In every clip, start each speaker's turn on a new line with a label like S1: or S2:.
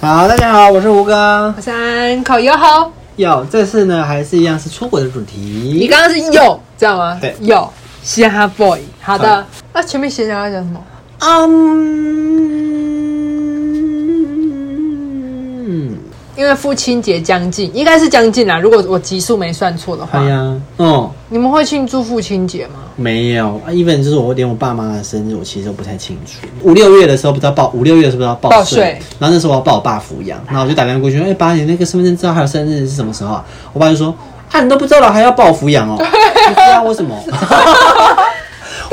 S1: 好，大家好，我是胡哥。
S2: 我三口有吼，
S1: 哟，这次呢还是一样是出国的主
S2: 你
S1: 题。
S2: 刚刚是有这样吗？
S1: 对
S2: 有嘻哈 boy。好的，那前面闲聊要讲什么？
S1: 嗯，
S2: 因为父亲节将近，应该是将近啦。如果我集数没算错的话
S1: 哎，呀，哦，
S2: 你们会庆祝父亲节吗？
S1: 没有啊，even 就是我连我爸妈的生日我其实都不太清楚。五六月的时候不知道报，五六月是不是要报
S2: 报
S1: 税
S2: 税？
S1: 然后那时候我要报我爸抚养，然后我就打电话过去，哎、爸，你那个身份证照还有生日是什么时候啊？我爸就说，啊，你都不知道了还要报抚 养哦？不知道为什么？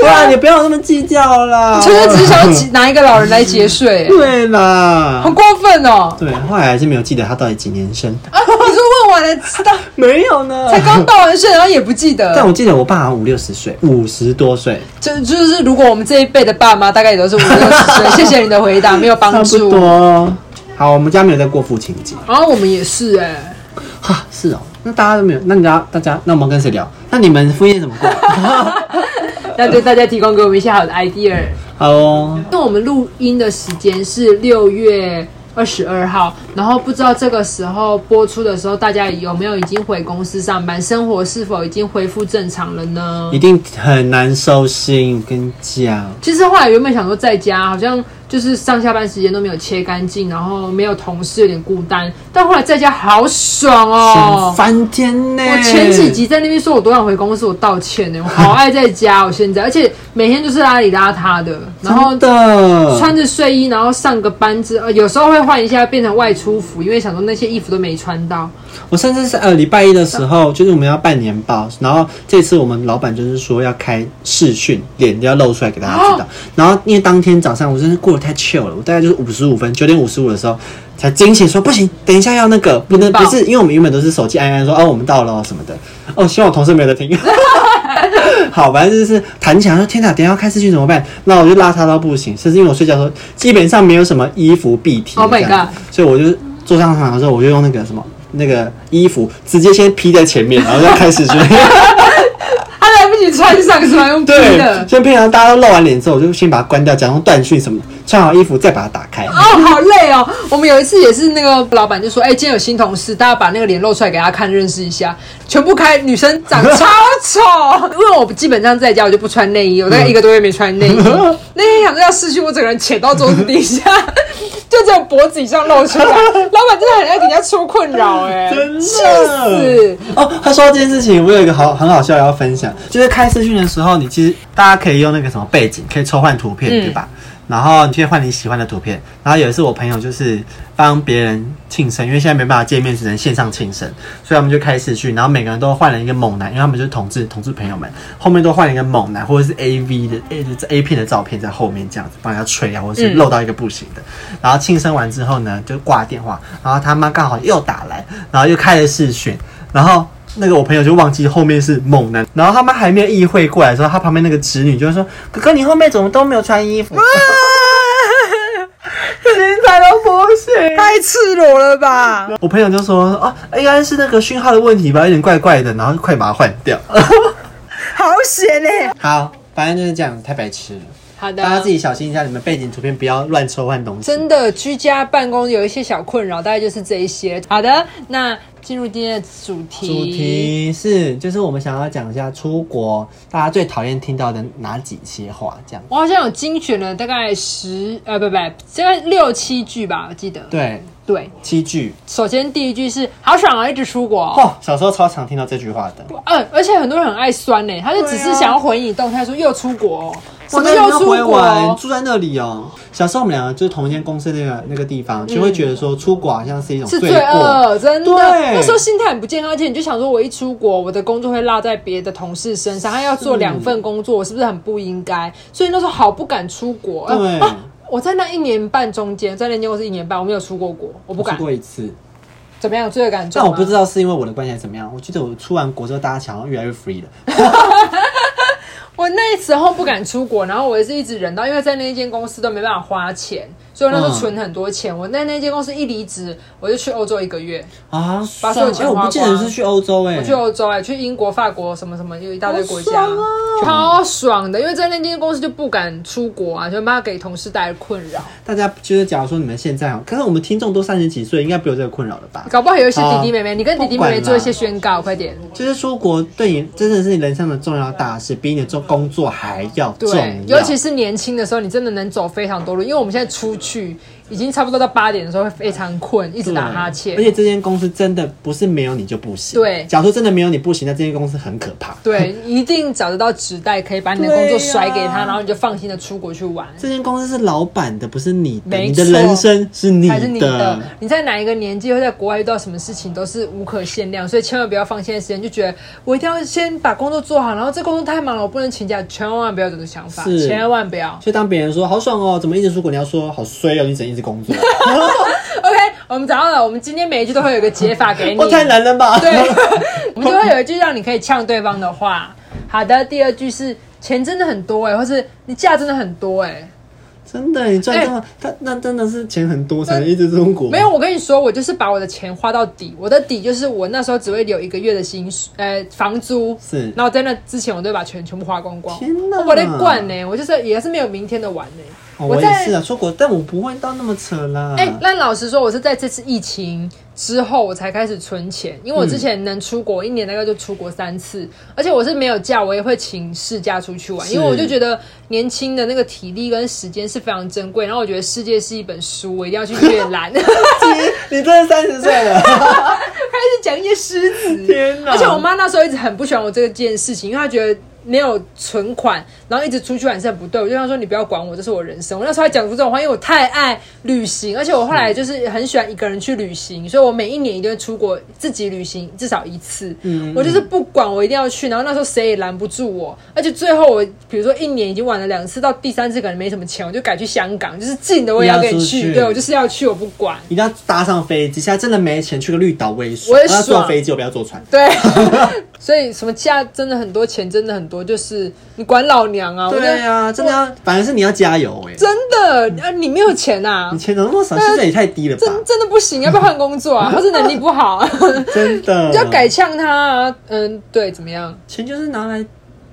S1: 哇，你不要那么计较啦！
S2: 其实只是想要集拿一个老人来节 税、欸
S1: 对啦
S2: 很，过分哦、
S1: 对，后来还是没有记得他到底几年生，
S2: 啊，你是问完了知道，
S1: 没有呢
S2: 才刚到完税，然后也不记
S1: 但
S2: 得。
S1: 我记得我爸好像五六十岁，五十多岁，
S2: 就就是如果我们这一辈的爸妈，大概也都是五六十 岁。谢谢你的回答，没有
S1: 差
S2: 帮
S1: 不
S2: 助。
S1: 多。好，我们家没有在过父亲节
S2: 然后我们也是哎、
S1: 哈，是哦。那大家都没有，那大家大家，那我们跟谁聊？那你们婚宴怎么 过？
S2: 那就大家提供给我们一些好的 idea。
S1: 好哦，
S2: 那我们录音的时间是六月二十二号，然后不知道这个时候播出的时候，大家有没有已经回公司上班，生活是否已经恢复正常了呢
S1: 一？定很难收心，我跟你讲。
S2: 其实后来原本想说在家，好像就是上下班时间都没有切干净，然后没有同事，有点孤单。但后来在家好爽
S1: 想
S2: 哦！
S1: 翻天呢！
S2: 我前几集在那边说我多想回公司，我道歉呢，我好爱在家，我现在，而且每天就是邋里邋遢的，然后
S1: 真的
S2: 穿着睡衣，然后上个班之，呃，有时候会换一下变成外出服，因为想说那些衣服都没穿 到。
S1: 我甚至是呃礼拜一的时候，就是我们要办年报，然后这次我们老板就是说要开视讯，脸要露出来给大家知道。然后因为当天早上我真是过得太 chill 了，我大概就是五十五分，九点五十五的时候才惊醒说不行，等一下要那个不能
S2: 年报
S1: 不是，因为我们原本都是手机按按说哦我们到了哦什么的，哦希望我同事没有在听。好，反正就是弹起来说天哪，等一下要开视讯怎么办？那我就邋遢到不行，甚至因为我睡觉的时候基本上没有什么衣服蔽体
S2: Oh my
S1: 这样子所以我就坐上床的时候，我就用那个什么那个衣服直接先披在前面，然后再开 始就
S2: 他来不及穿上，是吧？用拼
S1: 对
S2: 的，。
S1: 所以平常大家都露完脸之后，我就先把它关掉，假装断讯什么的，穿好衣服再把它打开。
S2: 哦，好累哦！我们有一次也是那个老板就说：“哎、今天有新同事，大家把那个脸露出来给大家看，认识一下。” 全部开，女生长超丑。因为我基本上在家我就不穿内衣，我大概一个多月没 穿内衣。那天想着要试训，我整个人潜到桌子底下， 就只有脖子以上露出来。老板真的很爱给人家出困扰、哎，
S1: 真的
S2: 气死！
S1: 哦，他说到这件事情，我有一个好很好笑的要分享，就是开视讯的时候，你其实大家可以用那个什么背景，可以抽换图片，
S2: 嗯
S1: 对吧？然后你可以换你喜欢的图片。然后有一次我朋友就是帮别人庆生，因为现在没办法见面，只能线上庆生，所以他们就开视讯，然后每个人都换了一个猛男，因为他们就是同志同志朋友们，后面都换了一个猛男或者是 A V 的 A 就是 A 片的照片在后面这样子帮人家吹啊，或者是
S2: 嗯
S1: 露到一个不行的。然后庆生完之后呢，就挂电话，然后他妈刚好又打来，然后又开了视讯，然后那个我朋友就忘记后面是猛男，然后他妈还没有意会过来的时候，他旁边那个侄女就会说：“哥哥，你后面怎么都没有穿衣服？”身材都不行。
S2: 太赤裸了吧！
S1: 我朋友就说：“哦，应该是那个讯号的问题吧，有点怪怪的，然后快把它换掉。
S2: 好险嘞、”
S1: 好，反正就是这样，太白痴了。
S2: 好的，
S1: 大家自己小心一下，你们背景图片不要乱抽换东西。
S2: 真的居家办公有一些小困扰，大概就是这一些。好的，那进入今天的主题。
S1: 主题是，就是我们想要讲一下出国大家最讨厌听到的哪几些话，这样。
S2: 我好像有精选了大概十呃不不，大概六七句吧，我记得。
S1: 对，
S2: 对，
S1: 七句。
S2: 首先第一句是好爽啊，一直出国哦。
S1: 哦，小时候超常听到这句话的。
S2: 嗯、而且很多人很爱酸呢、欸他就只
S1: 对
S2: 是
S1: 啊
S2: 想要回你动态说又出国、哦，什
S1: 我
S2: 么
S1: 那
S2: 又
S1: 时
S2: 出
S1: 候回
S2: 国
S1: 玩，
S2: 哦？
S1: 住在那里哦。小时候我们两个就是同一间公司那个那个地方，就会觉得说出国好像是一种
S2: 是
S1: 哦罪
S2: 罪
S1: 过。
S2: 恶，真的。
S1: 对
S2: 那时候心态很不健康，而且你就想说，我一出国，我的工作会落在别的同事身上，他要做两份工作，我是不是很不应该？所以那时候好不敢出国。呃
S1: 对
S2: 啊我在那一年半中间，在那间公司一年半，我没有出过国，我不
S1: 我
S2: 敢
S1: 出。过一次，
S2: 怎么样？有罪恶感很重
S1: 但
S2: 吗？
S1: 我不知道是因为我的关系还是怎么样。我记得我出完国之后，大家想要越来越 free 了。
S2: 我那时候不敢出国，然后我也是一直忍到，因为在那一间公司都没办法花钱，所以我那时
S1: 嗯
S2: 候存很多钱。我在那间公司一离职，我就去欧洲一个月，
S1: 啊，
S2: 把
S1: 算
S2: 所有
S1: 了，
S2: 钱
S1: 哎，我
S2: 花
S1: 不记得
S2: 光
S1: 是去欧洲哎，
S2: 我去欧洲哎、去英国、法国什么什么，有一大堆国家，
S1: 好爽哦
S2: 超爽的。因为在那间公司就不敢出国啊，就怕给同事带来困扰。
S1: 大家就是假如说你们现在哦，可是我们听众都三十几岁，应该不有这个困扰了吧？
S2: 搞不好有一些弟弟妹妹，你跟弟弟妹妹做一些宣告，快点。
S1: 就是出国对你真的是你人生的重要大事，比你的做工作还要重
S2: 对，
S1: 要。
S2: 尤其是年轻的时候，你真的能走非常多路。因为我们现在出去已经差不多到八点的时候会非常困，一直打哈欠
S1: 而。且这间公司真的不是没有你就不行。
S2: 对
S1: 假如说真的没有你不行，那这间公司很可怕。
S2: 对，一定找得到纸袋，可以把你的
S1: 对呀啊
S2: 工作甩给他，然后你就放心的出国去玩。
S1: 这间公司是老板的，不是你的，
S2: 没
S1: 你
S2: 错
S1: 的人生是你
S2: 还是你的
S1: 的。，
S2: 你在哪一个年纪或在国外遇到什么事情都是无可限量，所以千万不要放现在时间就觉得我一定要先把工作做好，然后这工作太忙了，我不能请假，千万不要有这种想法，
S1: 是
S2: 千万不要。
S1: 所以当别人说好爽哦，怎么一直出国？你要说好衰哦，你只能一直工 作，
S2: OK，我们找到了，我们今天每一句都会有一个解法给你。
S1: 我太难了吧？
S2: 对， 我们就会有一句让你可以呛对方的话。好的，第二句是钱真的很多哎、或是你假真的很多哎、
S1: 真的，你赚这么，他那真的是钱很多才能一直出国。
S2: 没有，我跟你说，我就是把我的钱花到底，我的底就是我那时候只会留一个月的薪水，呃，房租。
S1: 是
S2: 然后在那之前，我都会把钱全部花光光。哦
S1: 天哪
S2: 我在惯呢、我就是也是没有明天的玩呢、
S1: 哦，我也
S2: 在
S1: 是啊，出国，但我不会到那么扯啦。
S2: 哎、那老实说，我是在这次疫情之后，我才开始存钱，因为我之前能出国、一年大概就出国三次，而且我是没有假，我也会请事假出去玩，
S1: 是
S2: 因为我就觉得年轻的那个体力跟时间是非常珍贵，然后我觉得世界是一本书，我一定要去阅览，开始
S1: 你真的三十岁了，
S2: 讲一些诗词。
S1: 天哪！
S2: 而且我妈那时候一直很不喜欢我这件事情，因为她觉得没有存款，然后一直出去玩是很不对。我就跟她说：“你不要管我，这是我人生。”我那时候还讲出这种话，因为我太爱旅行，而且我后来就是很喜欢一个人去旅行，所以我每一年一定会出国自己旅行至少一次。
S1: 嗯
S2: 我就是不管，我一定要去。然后那时候谁也拦不住我，而且最后我比如说一年已经玩了两次，到第三次可能没什么钱，我就改去香港，就是近的我也要给
S1: 一定要
S2: 你
S1: 出
S2: 去。
S1: 去
S2: 对我就是要去，我不管。
S1: 一定要搭上飞机，现在真的没钱去个绿岛我也爽
S2: 我也
S1: 我要
S2: 爽
S1: 坐飞机，我不要坐船。
S2: 对， 所以什么假真的很多，钱真的很多，就是你管老娘啊！我
S1: 对啊，真的要，反而是你要加油哎、
S2: 真的啊，你没有钱啊
S1: 你，钱怎么那么少？薪水也太低了吧？
S2: 真真的不行，要不要换工 作啊？或是能力不好、啊，
S1: 真的，
S2: 就要改呛他啊。嗯，对，怎么样？
S1: 钱就是拿来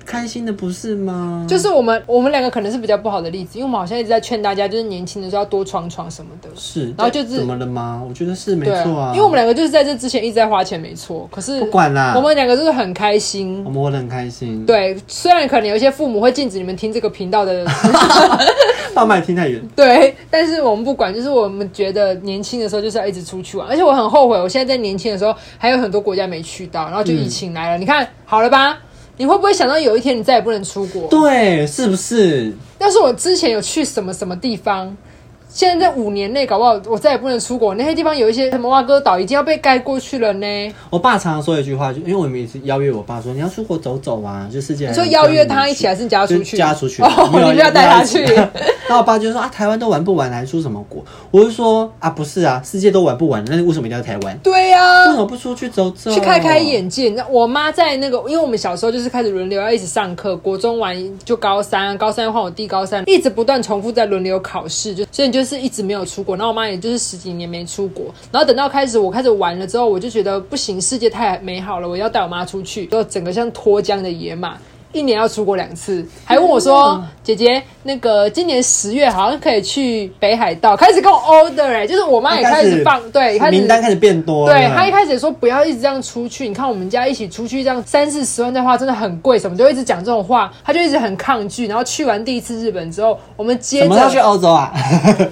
S1: 开心的，不是吗？
S2: 就是我们我们两个可能是比较不好的例子，因为我们好像一直在劝大家，就是年轻的时候要多闯闯什么的。
S1: 是，
S2: 然后就是
S1: 怎么了吗？我觉得是没
S2: 对
S1: 错啊，
S2: 因为我们两个就是在这之前一直在花钱，没错。可是
S1: 不管啦，
S2: 我们两个就是很开心
S1: 我。们活得很开心。，
S2: 对，虽然可能有一些父母会禁止你们听这个频道 的
S1: 贩卖听太远，
S2: 对，但是我们不管，就是我们觉得年轻的时候就是要一直出去玩，而且我很后悔，我现在在年轻的时候还有很多国家没去到，然后就疫情来了，你看好了吧？你会不会想到有一天你再也不能出国？
S1: 对，是不是？
S2: 要是我之前有去什么什么地方，现在在五年内搞不好我再也不能出国，那些地方有一些什么蛙哥岛已经要被盖过去了呢。
S1: 我爸常常说一句话，就因为我每次邀约我爸说你要出国走走啊，就世界。
S2: 你说邀约他一起，还是你叫他
S1: 就
S2: 出
S1: 是
S2: 去？
S1: 加出去
S2: 哦，
S1: 没有
S2: 你不要带他去。
S1: 一起 那我爸就说啊，台湾都玩不完，还出什么国？我就说啊，不是啊，世界都玩不完，那为什么一定要台湾？
S2: 对呀、
S1: 为什么不出去走走？
S2: 去开开。眼界。那我妈在那个，因为我们小时候就是开始轮流要一直上课，国中完就高三，高三换我弟高三，一直不断重复在轮流考试，就所以就是一直没有出国。然后我妈也就是十几年没出国，然后等到开始我开始玩了之后，我就觉得不行，世界太美好了，我要带我妈出去，就整个像脱缰的野马。一年要出国两次，还问我说：“姐姐，那个今年十月好像可以去北海道。”开始跟我 order 哎、就是我妈也开始放对，开始
S1: 名单开始变多了。
S2: 对他一开始也说不要一直这样出去，你看我们家一起出去这样三四十万的话真的很贵，什么就一直讲这种话，他就一直很抗拒。然后去完第一次日本之后，我们接
S1: 什么时候
S2: 着
S1: 去欧洲 啊？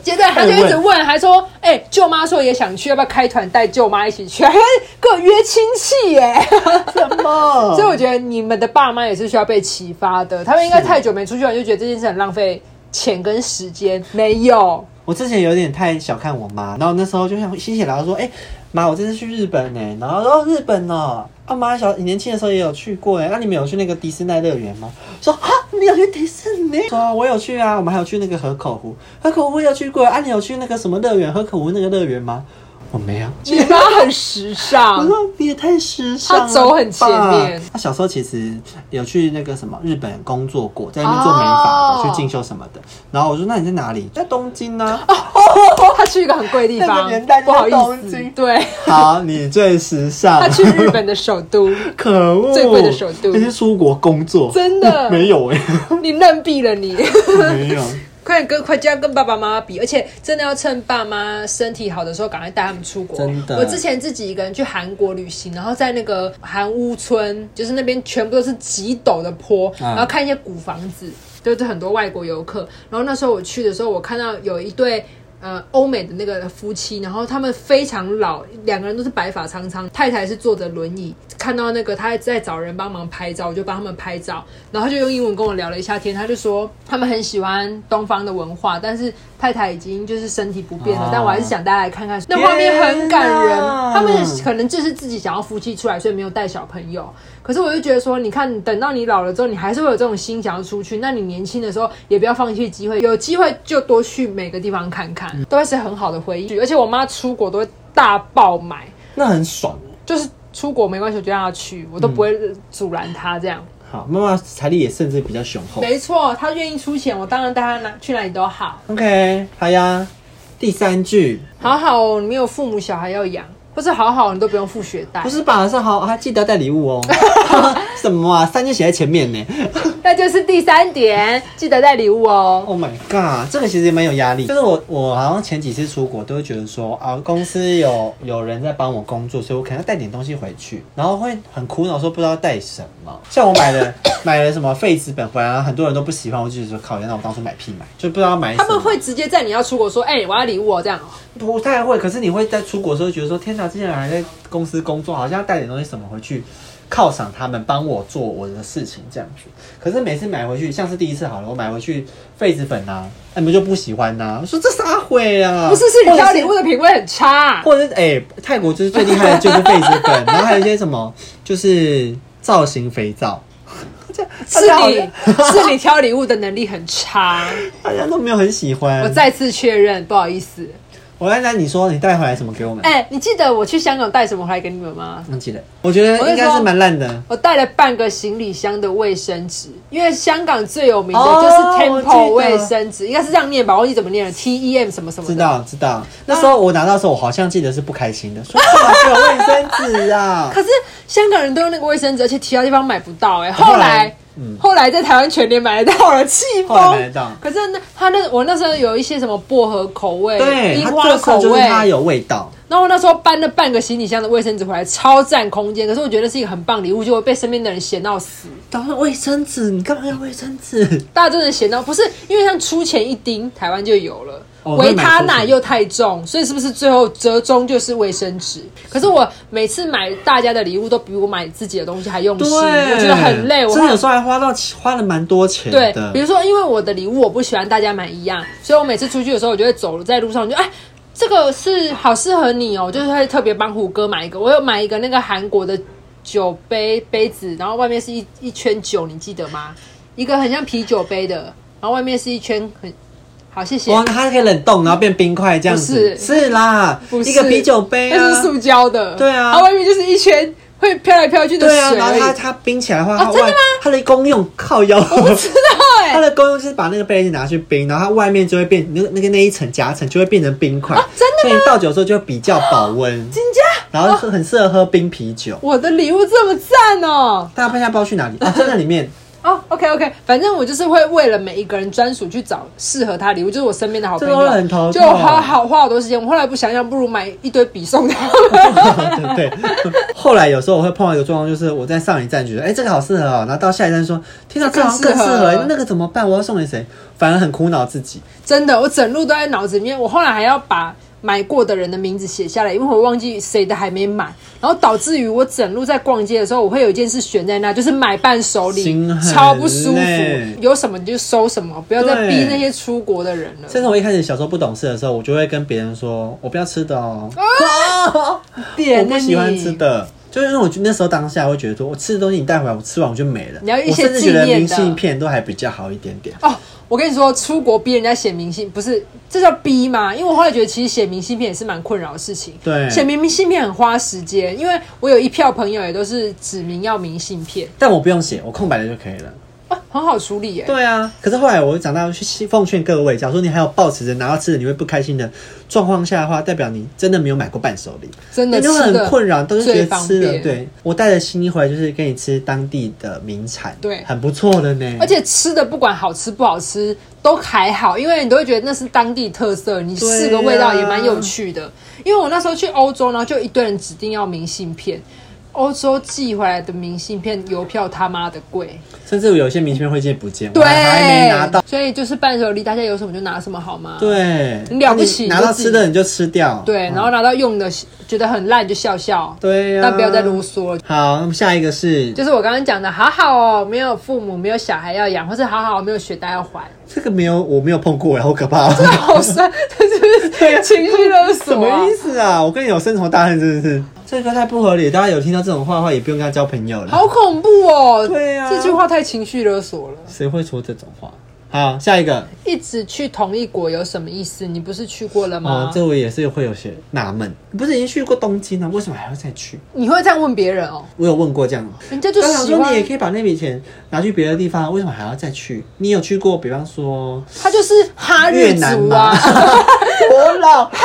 S2: 接着他就一直问，还说：“哎、舅妈说也想去，要不要开团带舅妈一起去？”还跟我约亲戚耶、
S1: 什么？
S2: 所以我觉得你们的爸妈也是需要被启发的，他们应该
S1: 是
S2: 太久没出去玩，就觉得这件事很浪费钱跟时间。没有，
S1: 我之前有点太小看我妈，然后那时候就想心血来潮说，哎、妈，我这次去日本呢、然后说、哦、日本哦，啊妈，小你年轻的时候也有去过哎、那、你们有去那个迪士尼乐园吗？说啊，你有去迪士尼？说我有去啊，我们还有去那个河口湖，河口湖我有去过啊，你有去那个什么乐园，河口湖那个乐园吗？我没有。
S2: 你妈很时
S1: 我
S2: 尚，
S1: 说你也太时尚了吧，
S2: 啊他走很前面
S1: 他小时候其实有去那个什么日本工作过，在那边做美发
S2: 哦
S1: 去进修什么的。然后我说：“那你在哪里？在东京 呢、
S2: 他去一个很贵的地
S1: 那
S2: 方
S1: 个年代，就
S2: 不
S1: 是
S2: 好意
S1: 东
S2: 思
S1: 京，
S2: 对
S1: 好，你最时尚。
S2: 他去日本的首都，
S1: 可恶，
S2: 最贵的首都
S1: 那是出国工作，
S2: 真的
S1: 没有 哎、
S2: 你愣毙了你。
S1: 没有。
S2: 快点跟快就要跟爸爸妈妈比，而且真的要趁爸妈身体好的时候，赶快带他们出国。
S1: 真的
S2: 我之前自己一个人去韩国旅行，然后在那个韩屋村，就是那边全部都是极陡的坡，
S1: 嗯
S2: 然后看一些古房子，就是很多外国游客。然后那时候我去的时候，我看到有一对。呃，欧美的那个夫妻，然后他们非常老，两个人都是白发苍苍，太太是坐着轮椅。看到那个他在找人帮忙拍照，我就帮他们拍照，然后就用英文跟我聊了一下天。他就说他们很喜欢东方的文化，但是太太已经就是身体不便了，
S1: 哦
S2: 但我还是想大家来看看。那画面很感人
S1: 天，哪
S2: 他们可能就是自己想要夫妻出来，所以没有带小朋友。可是我就觉得说，你看，等到你老了之后，你还是会有这种心想要出去。那你年轻的时候也不要放弃机会，有机会就多去每个地方看看，
S1: 嗯
S2: 都会是很好的回忆。而且我妈出国都会大爆买，
S1: 那很爽。
S2: 就是出国没关系，我就让她去，我都不会
S1: 嗯
S2: 阻拦她这样。
S1: 好，妈妈财力也甚至比较雄厚。
S2: 没错，她愿意出钱，我当然带她哪去哪里都好。
S1: OK，好呀。第三句
S2: 好好哦，你没有父母，小孩要养，或是好好，你都不用付学贷
S1: 不。是吧？是好，还记得要带礼物 哦。 什么啊？三就写在前面呢。
S2: 那就是第三点，记得带礼物哦。
S1: Oh my god，这个其实也蛮有压力。就是我，我好像前几次出国都会觉得说啊，公司有有人在帮我工作，所以我可能要带点东西回去，然后会很苦恼说不知道带什么。像我买 了买了什么废纸本回来，然后很多人都不喜欢，我就觉得说靠，那我当初买屁买，就不知道买什
S2: 他
S1: 么。
S2: 们会直接在你要出国说：“哎、我要礼物哦。”这样哦。
S1: 不太会，可是你会在出国的时候觉得说，天哪，之前还在公司工作，好像要带点东西什么回去犒赏他们，帮我做我的事情这样子。可是每次买回去，像是第一次好了，我买回去痱子粉啊，哎你们就不喜欢呐、我说这啥会啊？
S2: 嗯不是，是你
S1: 或者
S2: 挑礼物的品味很差、
S1: 或者是哎、泰国就是最厉害的就是痱子粉，然后还有一些什么就是造型肥皂， 这大
S2: 是
S1: 家好像
S2: 你是你挑礼物的能力很差。
S1: 大家都没有很喜欢。
S2: 我再次确认，不好意思。
S1: 我刚才你说你带回来什么给我们？
S2: 哎、你记得我去香港带什么回来给你们吗？
S1: 忘记了，我觉得应该是蛮烂的。
S2: 我带了半个行李箱的卫生纸，因为香港最有名的
S1: 哦
S2: 就是
S1: 我记
S2: Temple
S1: 得
S2: 卫生纸，应该是这样念吧？我忘记怎么念了，T E M 什么什么
S1: 知
S2: 的。
S1: 道知道，那时候我拿到的时候，我好像记得是不开心的，说干嘛只有卫生纸啊？
S2: 可是香港人都用那个卫生纸，而且其他地方买不到、哎，
S1: 哦后来
S2: 后来。
S1: 嗯
S2: 后来在台湾全联买得到了，气
S1: 后来
S2: 疯
S1: 买得到。
S2: 可是那他那我那时候有一些什么薄荷口味、
S1: 对，
S2: 樱
S1: 它
S2: 花
S1: 最
S2: 口
S1: 色就是
S2: 味，
S1: 它有味道，
S2: 然后我那时候搬了半个行李箱的卫生纸回来，超占空间。可是我觉得是一个很棒礼物，就会被身边的人嫌到死。
S1: 当然卫生纸，你干嘛要卫生纸？
S2: 大家真的嫌到，不是因为像出钱一丁，台湾就有了。
S1: 哦
S2: 维他奶又太重，所以是不是最后折中就是卫生纸？可是我每次买大家的礼物都比我买自己的东西还用
S1: 对，
S2: 心，我觉得很累。我
S1: 真的有
S2: 花
S1: 时候还花到花了蛮多钱
S2: 对，
S1: 的
S2: 比。如说因为我的礼物我不喜欢大家买一样，所以我每次出去的时候，我就会走在路上，我就哎。这个是好适合你哦，我就是会特别帮虎哥买一个。我有买一个那个韩国的酒杯杯子，然后外面是一一圈酒，你记得吗？一个很像啤酒杯的，然后外面是一圈很好，谢谢。
S1: 哇，它可以冷冻，然后变冰块这样子。
S2: 不是
S1: 是啦，
S2: 不是
S1: 一个啤酒杯
S2: 但是
S1: 啊
S2: 是，塑胶的，
S1: 对啊
S2: 然后外面就是一圈会飘来飘去的
S1: 对
S2: 水
S1: 啊，然
S2: 而
S1: 后
S2: 已。哦
S1: 它它冰起来的话，它
S2: 真的
S1: 外
S2: 吗
S1: 它的功用靠腰。
S2: 知道哎、
S1: 它的功用就是把那个杯子拿去冰，然后它外面就会变那个那个那一层夹层就会变成冰块、
S2: 真
S1: 啊的所哦以你倒酒的时候就会比较保温，
S2: 金家，
S1: 然后是很适合喝冰啤酒。
S2: 我的礼物这么赞哦、
S1: 大家看一下包去哪 里？啊，在那里面。
S2: 哦、o k OK，反正我就是会为了每一个人专属去找适合他的礼物，就是我身边的好朋
S1: 这
S2: 友，啊
S1: 都很头痛啊
S2: 就花好花好多时间。我后来不想想，不如买一堆笔送他们。
S1: 对对。后来有时候我会碰到一个状况，就是我在上一站觉得，哎、这个好适合哦，然后到下一站说，天哪，这
S2: 这更
S1: 好像更适合，
S2: 适合
S1: 那个怎么办？我要送给谁？反而很苦恼自己。
S2: 真的，我整路都在脑子里面，我后来还要把。买过的人的名字写下来，因为我忘记谁的还没买，然后导致于我整路在逛街的时候，我会有一件事悬在那，就是买伴手礼
S1: 心，很
S2: 超不舒服
S1: 累。
S2: 有什么你就收什么，不要再
S1: 对
S2: 逼那些出国的人了。
S1: 甚至我一开始小时候不懂事的时候，我就会跟别人说，我不要吃的哦，我
S2: 点
S1: 不喜欢吃的，就是因为我觉得那时候当下会觉得说，我吃的东西你带回来，我吃完我就没了。
S2: 你要一
S1: 我
S2: 些
S1: 甚至
S2: 纪
S1: 觉得
S2: 念
S1: 明
S2: 的
S1: 信片都还比较好一点点。
S2: 哦，我跟你说，出国逼人家写明信，不是这叫逼吗？因为我后来觉得，其实写明信片也是蛮困扰的事情。
S1: 对
S2: 写明明信片很花时间，因为我有一票朋友也都是指明要明信片，
S1: 但我不用写，我空白的就可以了。
S2: 啊，很好处理耶、
S1: 对啊，可是后来我长大去奉劝各位，假如说你还有抱持着拿到吃的你会不开心的状况下的话，代表你真的没有买过伴手礼，
S2: 真的
S1: 你就会
S2: 吃的
S1: 很困扰，都是觉
S2: 最
S1: 得
S2: 方
S1: 吃的。
S2: 便
S1: 对我带着心意回来，就是给你吃当地的名产，
S2: 对
S1: 很不错的呢。
S2: 而且吃的不管好吃不好吃都还好，因为你都会觉得那是当地特色，你
S1: 对啊
S2: 试个味道也蛮有趣的。因为我那时候去欧洲，然后就一堆人指定要明信片，欧洲寄回来的明信片邮票他妈的贵，
S1: 甚至有些明信片会见不见，
S2: 对，
S1: 我还没拿到。，
S2: 所以就是伴手礼，大家有什么就拿什么好吗？
S1: 对，啊
S2: 你了不起
S1: 你拿到
S2: 你就自己
S1: 吃的你就吃掉。
S2: 对，然后拿到用的觉得很烂就笑笑，
S1: 对啊呀、
S2: 但不要再啰嗦了。
S1: 好，那么下一个是
S2: 就是我刚刚讲的，好好哦，没有父母，没有小孩要养，或是好哦好没有学贷要 还，
S1: 这个没有，我没有碰过，好可 怕、哦。
S2: 好酸，这是不是情绪勒索、
S1: 什
S2: 啊？
S1: 么意思啊？我跟你有深仇大恨，真的是这个太不合理。大家有听到这种话的话，也不用跟他交朋友了。
S2: 好恐怖哦！
S1: 对啊
S2: 这句话太情绪勒索了。
S1: 谁会说这种话？好，下一个
S2: 一直去同一国有什么意思？你不是去过了
S1: 哦
S2: 吗，？
S1: 这我也是会有些纳闷，你不是已经去过东京了，为什么还要再去？
S2: 你会这样问别人哦？
S1: 我有问过这样，
S2: 人家就
S1: 我想
S2: 喜
S1: 说
S2: 欢
S1: 你也可以把那笔钱拿去别的地方，为什么还要再去？你有去过，比方说
S2: 他就是哈
S1: 越
S2: 日
S1: 南
S2: 族
S1: 吗
S2: 啊，？
S1: 我老
S2: 哈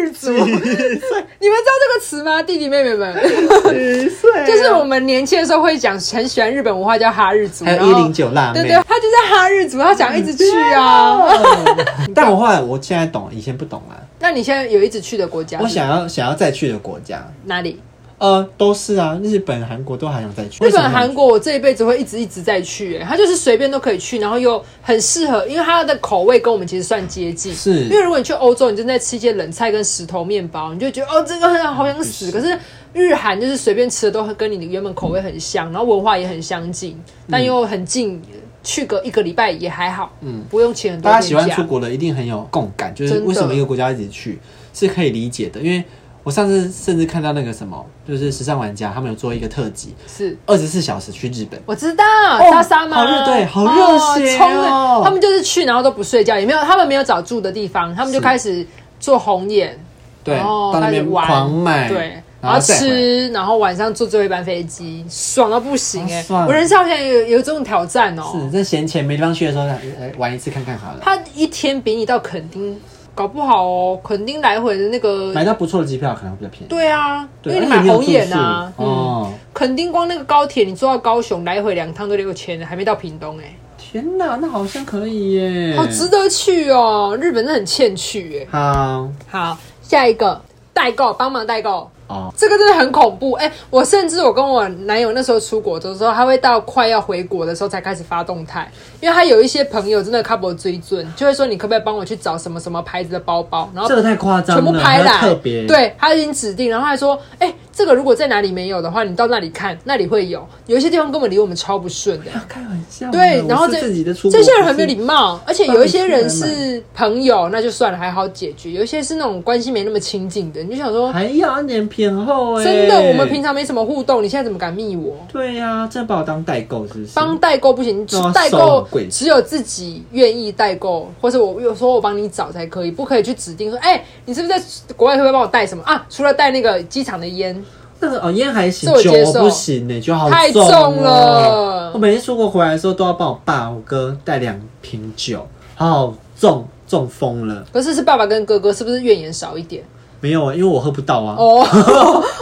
S2: 日族， 你们知道这个词吗，弟弟妹妹们？
S1: 十岁，啊
S2: 就是我们年轻的时候会讲，很喜欢日本文化叫哈日族，
S1: 还
S2: 然
S1: 有
S2: 后
S1: 一零九嗯辣妹，
S2: 对对，他就是哈日族，他想一直去啊。
S1: 但我后来我现在懂了，以前不懂啦。
S2: 那你现在有一直去的国家？
S1: 我想要想要再去的国家，
S2: 哪里？
S1: 呃，都是啊，日本、韩国都还想再去。
S2: 日
S1: 为什么
S2: 本、韩国，我这一辈子会一直一直在去、欸，它就是随便都可以去，然后又很适合，因为它的口味跟我们其实算接近。
S1: 是
S2: 因为如果你去欧洲，你正在吃一些冷菜跟石头面包，你就觉得哦，这个很好想死。可是日韩就是随便吃的都很跟你的原本口味很像，然后文化也很相近，
S1: 嗯
S2: 但又很近，去个一个礼拜也还好，嗯，不用请很多
S1: 大家喜欢
S2: 天假
S1: 出国的一定很有共感，就是
S2: 真的
S1: 为什么一个国家一直去是可以理解的，因为。我上次甚至看到那个什么，就是时尚玩家他们有做一个特辑，
S2: 是。
S1: 二十四小时去日本，
S2: 我知道，莎莎吗？
S1: 哦好热对好热血哦
S2: 冲的他们就是去，然后都不睡觉，也没有，他们没有找住的地方，他们就是开始做红眼，
S1: 对，
S2: 然后
S1: 到那
S2: 哦开始
S1: 边
S2: 玩
S1: 狂买，
S2: 对，
S1: 然
S2: 然
S1: 后
S2: 后
S1: 再回来，
S2: 吃，然后晚上坐最后一班飞机，爽到不行
S1: 好
S2: 哎、
S1: 爽
S2: 我人生好像有有这种挑战哦、
S1: 是这闲钱没地方去的时候，来来玩一次看看好了，
S2: 他一天比你到垦丁搞不好哦、垦丁来回的那个，
S1: 买到不错的机票可能会比较便宜，
S2: 对啊，因
S1: 对，
S2: 为你
S1: 而且
S2: 买
S1: 没有
S2: 红
S1: 住
S2: 眼
S1: 宿
S2: 啊，嗯，
S1: 哦，
S2: 垦丁光那个高铁，你坐到高雄来回两趟都六千，还没到屏东哎、
S1: 天哪，那好像可以耶，
S2: 好值得去哦！日本真的很欠去哎。
S1: 好
S2: 好，下一个代购，帮忙代购，
S1: 哦，
S2: 这个真的很恐怖哎、我甚至我跟我男友那时候出国的时候，他会到快要回国的时候才开始发动态，因为他有一些朋友真的 couple 追尊，就会说你可不可以帮我去找什么什么牌子的包包，然后
S1: 这个太夸张了，
S2: 全部拍
S1: 还要
S2: 来，
S1: 特别，
S2: 对他已经指定，然后还说，哎、这个如果在哪里没有的话，你到那里看，那里会有，有一些地方根本离我们超不顺的。
S1: 啊开玩笑，
S2: 对，然后
S1: 我是
S2: 这
S1: 自己的出国，
S2: 这些人很没
S1: 不
S2: 有
S1: 是
S2: 礼貌，而且有一些人是朋友，那就算了，还好解决；有一些是那种关系没那么亲近的，你就想说，
S1: 还要啊脸偏厚哎、
S2: 真的，我们平常没什么互动，你现在怎么敢密我？
S1: 对呀、真的把我当代购是不是？
S2: 帮代购不行，只
S1: 那要
S2: 代
S1: 收
S2: 购
S1: 很贵
S2: 只有自己愿意代购，或者我有时候我帮你找才可以，不可以去指定说，哎、你是不是在国外会不会帮我带什么啊？除了带那个机场的烟，
S1: 那个哦烟还行，
S2: 这我
S1: 酒
S2: 接受
S1: 不行呢、酒好
S2: 太
S1: 重
S2: 重
S1: 哦
S2: 了
S1: 我每次出国回来的时候都要帮我爸、我哥带两瓶酒，好重重疯了。
S2: 可是是爸爸跟哥哥，是不是怨言少一点？
S1: 没有啊，因为我喝不到啊。
S2: 哦，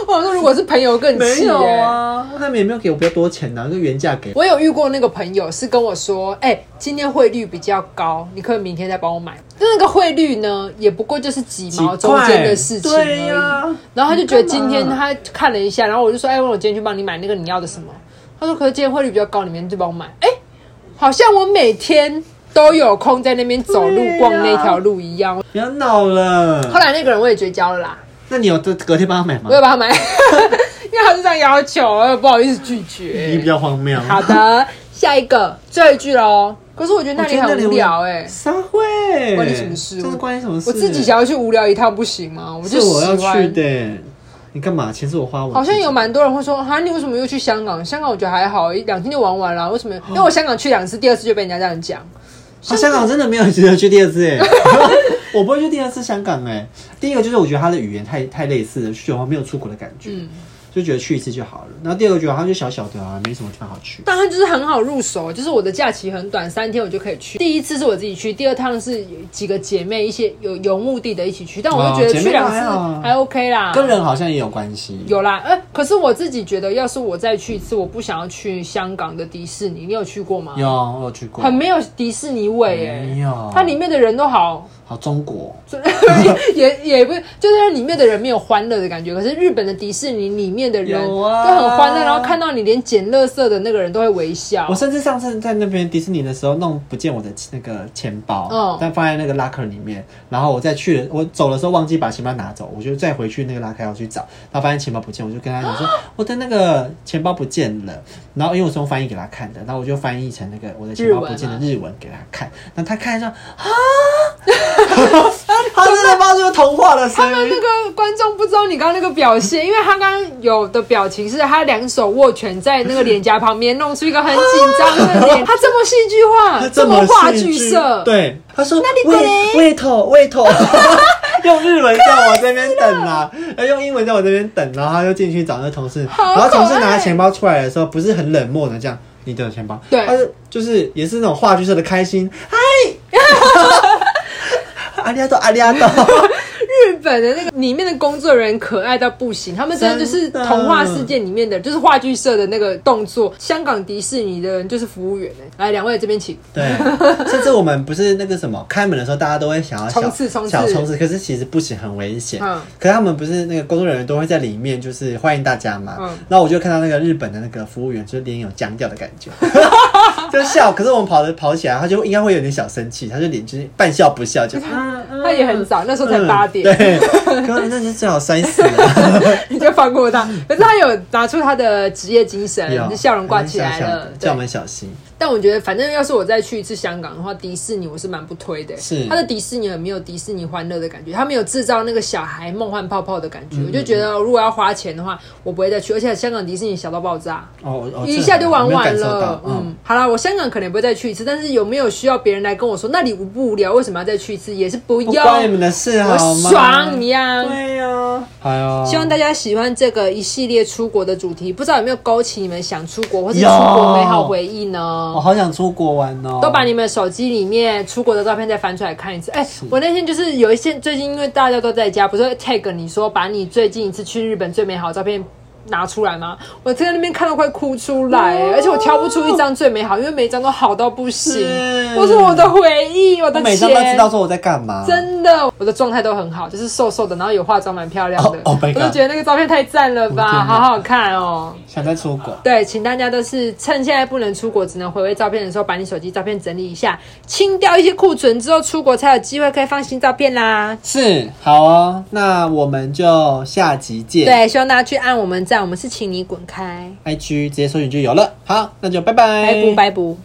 S2: 我想说，如果是朋友更
S1: 没
S2: 气、耶。
S1: 有啊，他们也没有给我比较多钱呐、啊，就原价给我。
S2: 我有遇过那个朋友是跟我说，哎、今天汇率比较高，你可不可以明天再帮我买。但那个汇率呢，也不过就是几毛
S1: 几
S2: 中
S1: 块
S2: 间的事情而
S1: 对
S2: 已。
S1: 呀
S2: 然后他就觉得
S1: 你干
S2: 今
S1: 嘛
S2: 天他看了一下，然后我就说，哎、问我今天去帮你买那个你要的什么？他说，可是今天汇率比较高，你明天就帮我买。哎、好像我每天都有空在那边走路
S1: 对呀
S2: 逛那条路一样。
S1: 不要闹了
S2: 后。来那个人我也绝交了啦，
S1: 那你有隔隔天帮他买吗
S2: 我？也帮他买， 因为他是这样要求，我也不好意思拒绝。
S1: 你比较荒谬。
S2: 好的，下一个，最后一句喽。可是我觉得那里很无聊哎、
S1: 啥会？
S2: 关你什么事
S1: 真的欸关你什么事？
S2: 我自己想要去无聊一趟不行吗？我就是
S1: 我要
S2: 喜
S1: 去
S2: 欢。
S1: 的，你干嘛？钱是我花，我
S2: 好像
S1: 自己
S2: 有蛮多人会说，哈，你为什么又去香港？香港我觉得还好，一两天就玩完了。为什么？因为我香港去两次，第二次就被人家这样讲。
S1: 啊、香港真的没有值得去第二次 哎、我不会去第二次香港哎、第一个就是我觉得他的语言太太类似了，就觉得我没有出国的感觉，
S2: 嗯
S1: 就觉得去一次就好了。然后第二个觉得它就小小的啊，没什么地方好去。
S2: 当然就是很好入手，就是我的假期很短，三天我就可以去。第一次是我自己去，第二趟是几个姐妹一些有有目的的一起去，但我就
S1: 哦
S2: 觉得
S1: 姐妹
S2: 去两
S1: 还好
S2: 次
S1: 啊
S2: 还 OK 啦。
S1: 跟人好像也有关系，
S2: 有啦，哎、可是我自己觉得，要是我再去一次，我不想要去香港的迪士尼。你有去过吗？
S1: 有我有去过，
S2: 很没有迪士尼味哎、
S1: 没有
S2: 它里面的人都好，
S1: 好中国，
S2: 就也也不就是它里面的人没有欢乐的感觉。可是日本的迪士尼里面的人
S1: 有
S2: 都
S1: 啊
S2: 很欢乐，然后看到你连捡垃圾的那个人都会微笑
S1: 我。甚至上次在那边迪士尼的时候弄不见我的那个钱包，
S2: 嗯
S1: 但放在那个拉克里面。然后我再去了，我走的时候忘记把钱包拿走，我就再回去那个拉克要去找，然后发现钱包不见，我就跟他讲
S2: 哦
S1: 说我的那个钱包不见了。然后因为我是用翻译给他看的，然后我就翻译成那个我的钱包不见的日文给他看，然后他看一下啊， 他真的发出童话的声
S2: 他们
S1: 音
S2: 那。个观众不知道你刚刚那个表现，因为他刚刚有的表情是他两手握拳在那个脸颊旁边，弄出一个很紧张 的脸。他这么戏剧化，
S1: 他
S2: 啊这么话
S1: 戏
S2: 剧社，
S1: 对，他说
S2: 里
S1: 胃胃头胃头， 用日文在我这边等啦，要用英文在我这边等，然后他就进去找那同事，
S2: 好
S1: 然后同事
S2: 可爱
S1: 拿钱包出来的时候，不是很冷漠的这样，你的钱包，
S2: 对
S1: 他是就是也是那种话剧社的开心，嗨， 阿里亚多阿里亚多，
S2: 日本的那个里面的工作人员可爱到不行，他们真的就是
S1: 真的
S2: 童话世界里面的，就是话剧社的那个动作。香港迪士尼的人就是服务员哎、来两位这边请。
S1: 对，甚至我们不是那个什么开门的时候，大家都会想要小
S2: 冲刺冲刺
S1: 小冲刺，可是其实不行，很危险。
S2: 嗯
S1: 可是他们不是那个工作人员都会在里面，就是欢迎大家嘛。
S2: 嗯
S1: 然后我就看到那个日本的那个服务员，就是脸有僵掉的感觉， 就笑。可是我们跑的跑起来，他就应该会有点小生气，他就脸就是半笑不笑，就嗯
S2: 他也很早，那时候才八点，
S1: 对，可是那是最好摔死了。
S2: 你 就放过他。可是他有拿出他的职业精神，
S1: 嗯有
S2: 就笑容挂起来
S1: 笑笑
S2: 了
S1: 的，
S2: 对
S1: 叫我们小心。
S2: 但我觉得，反正要是我再去一次香港的话，迪士尼我是蛮不推的。
S1: 是
S2: 它的迪士尼很没有迪士尼欢乐的感觉，它没有制造那个小孩梦幻泡泡的感
S1: 嗯
S2: 觉。我就觉得，如果要花钱的话，我不会再去。而且香港迪士尼小到爆炸，
S1: 哦，哦
S2: 一下就玩
S1: 我没有
S2: 完
S1: 感受
S2: 了
S1: 到。
S2: 嗯，好啦，我香港可能也不会再去一次，但是有没有需要别人来跟我说那里无不无聊，为什么要再去一次？也是不
S1: 不
S2: 用，
S1: 关你们的事好
S2: 我
S1: 吗？
S2: 爽一样。
S1: 对呀、哎呀，
S2: 啊希望大家喜欢这个一系列出国的主题，不知道有没有勾起你们想出国或是出
S1: 有
S2: 国美好回忆呢？
S1: 我好想出国玩哦！
S2: 都把你们手机里面出国的照片再翻出来看一次。哎、我那天就是有一些最近因为大家都在家，不是会 tag 你说把你最近一次去日本最美好的照片拿出来吗？我在那边看到快哭出来、
S1: 哦
S2: 哎而且我挑不出一张最美好，因为每一张都好到不行
S1: 是。
S2: 我说我的回忆，我
S1: 我
S2: 的
S1: 每张都知
S2: 钱。
S1: 道说我在干嘛，
S2: 真的，我的状态都很好，就是瘦瘦的，然后有化妆，蛮漂亮的。
S1: Oh- oh my
S2: 我
S1: God
S2: 就觉得那个照片太赞了吧，
S1: 我天哪
S2: 好好看哦。
S1: 想再出国。
S2: 对，请大家都是趁现在不能出国，只能回味照片的时候，把你手机照片整理一下，清掉一些库存之后，出国才有机会可以放新照片啦。
S1: 是，好哦，那我们就下集见。
S2: 对，希望大家去按我们赞，我们是请你滚开，
S1: ，IG 直接搜寻就有了。好，那就拜拜，
S2: 拜不拜不。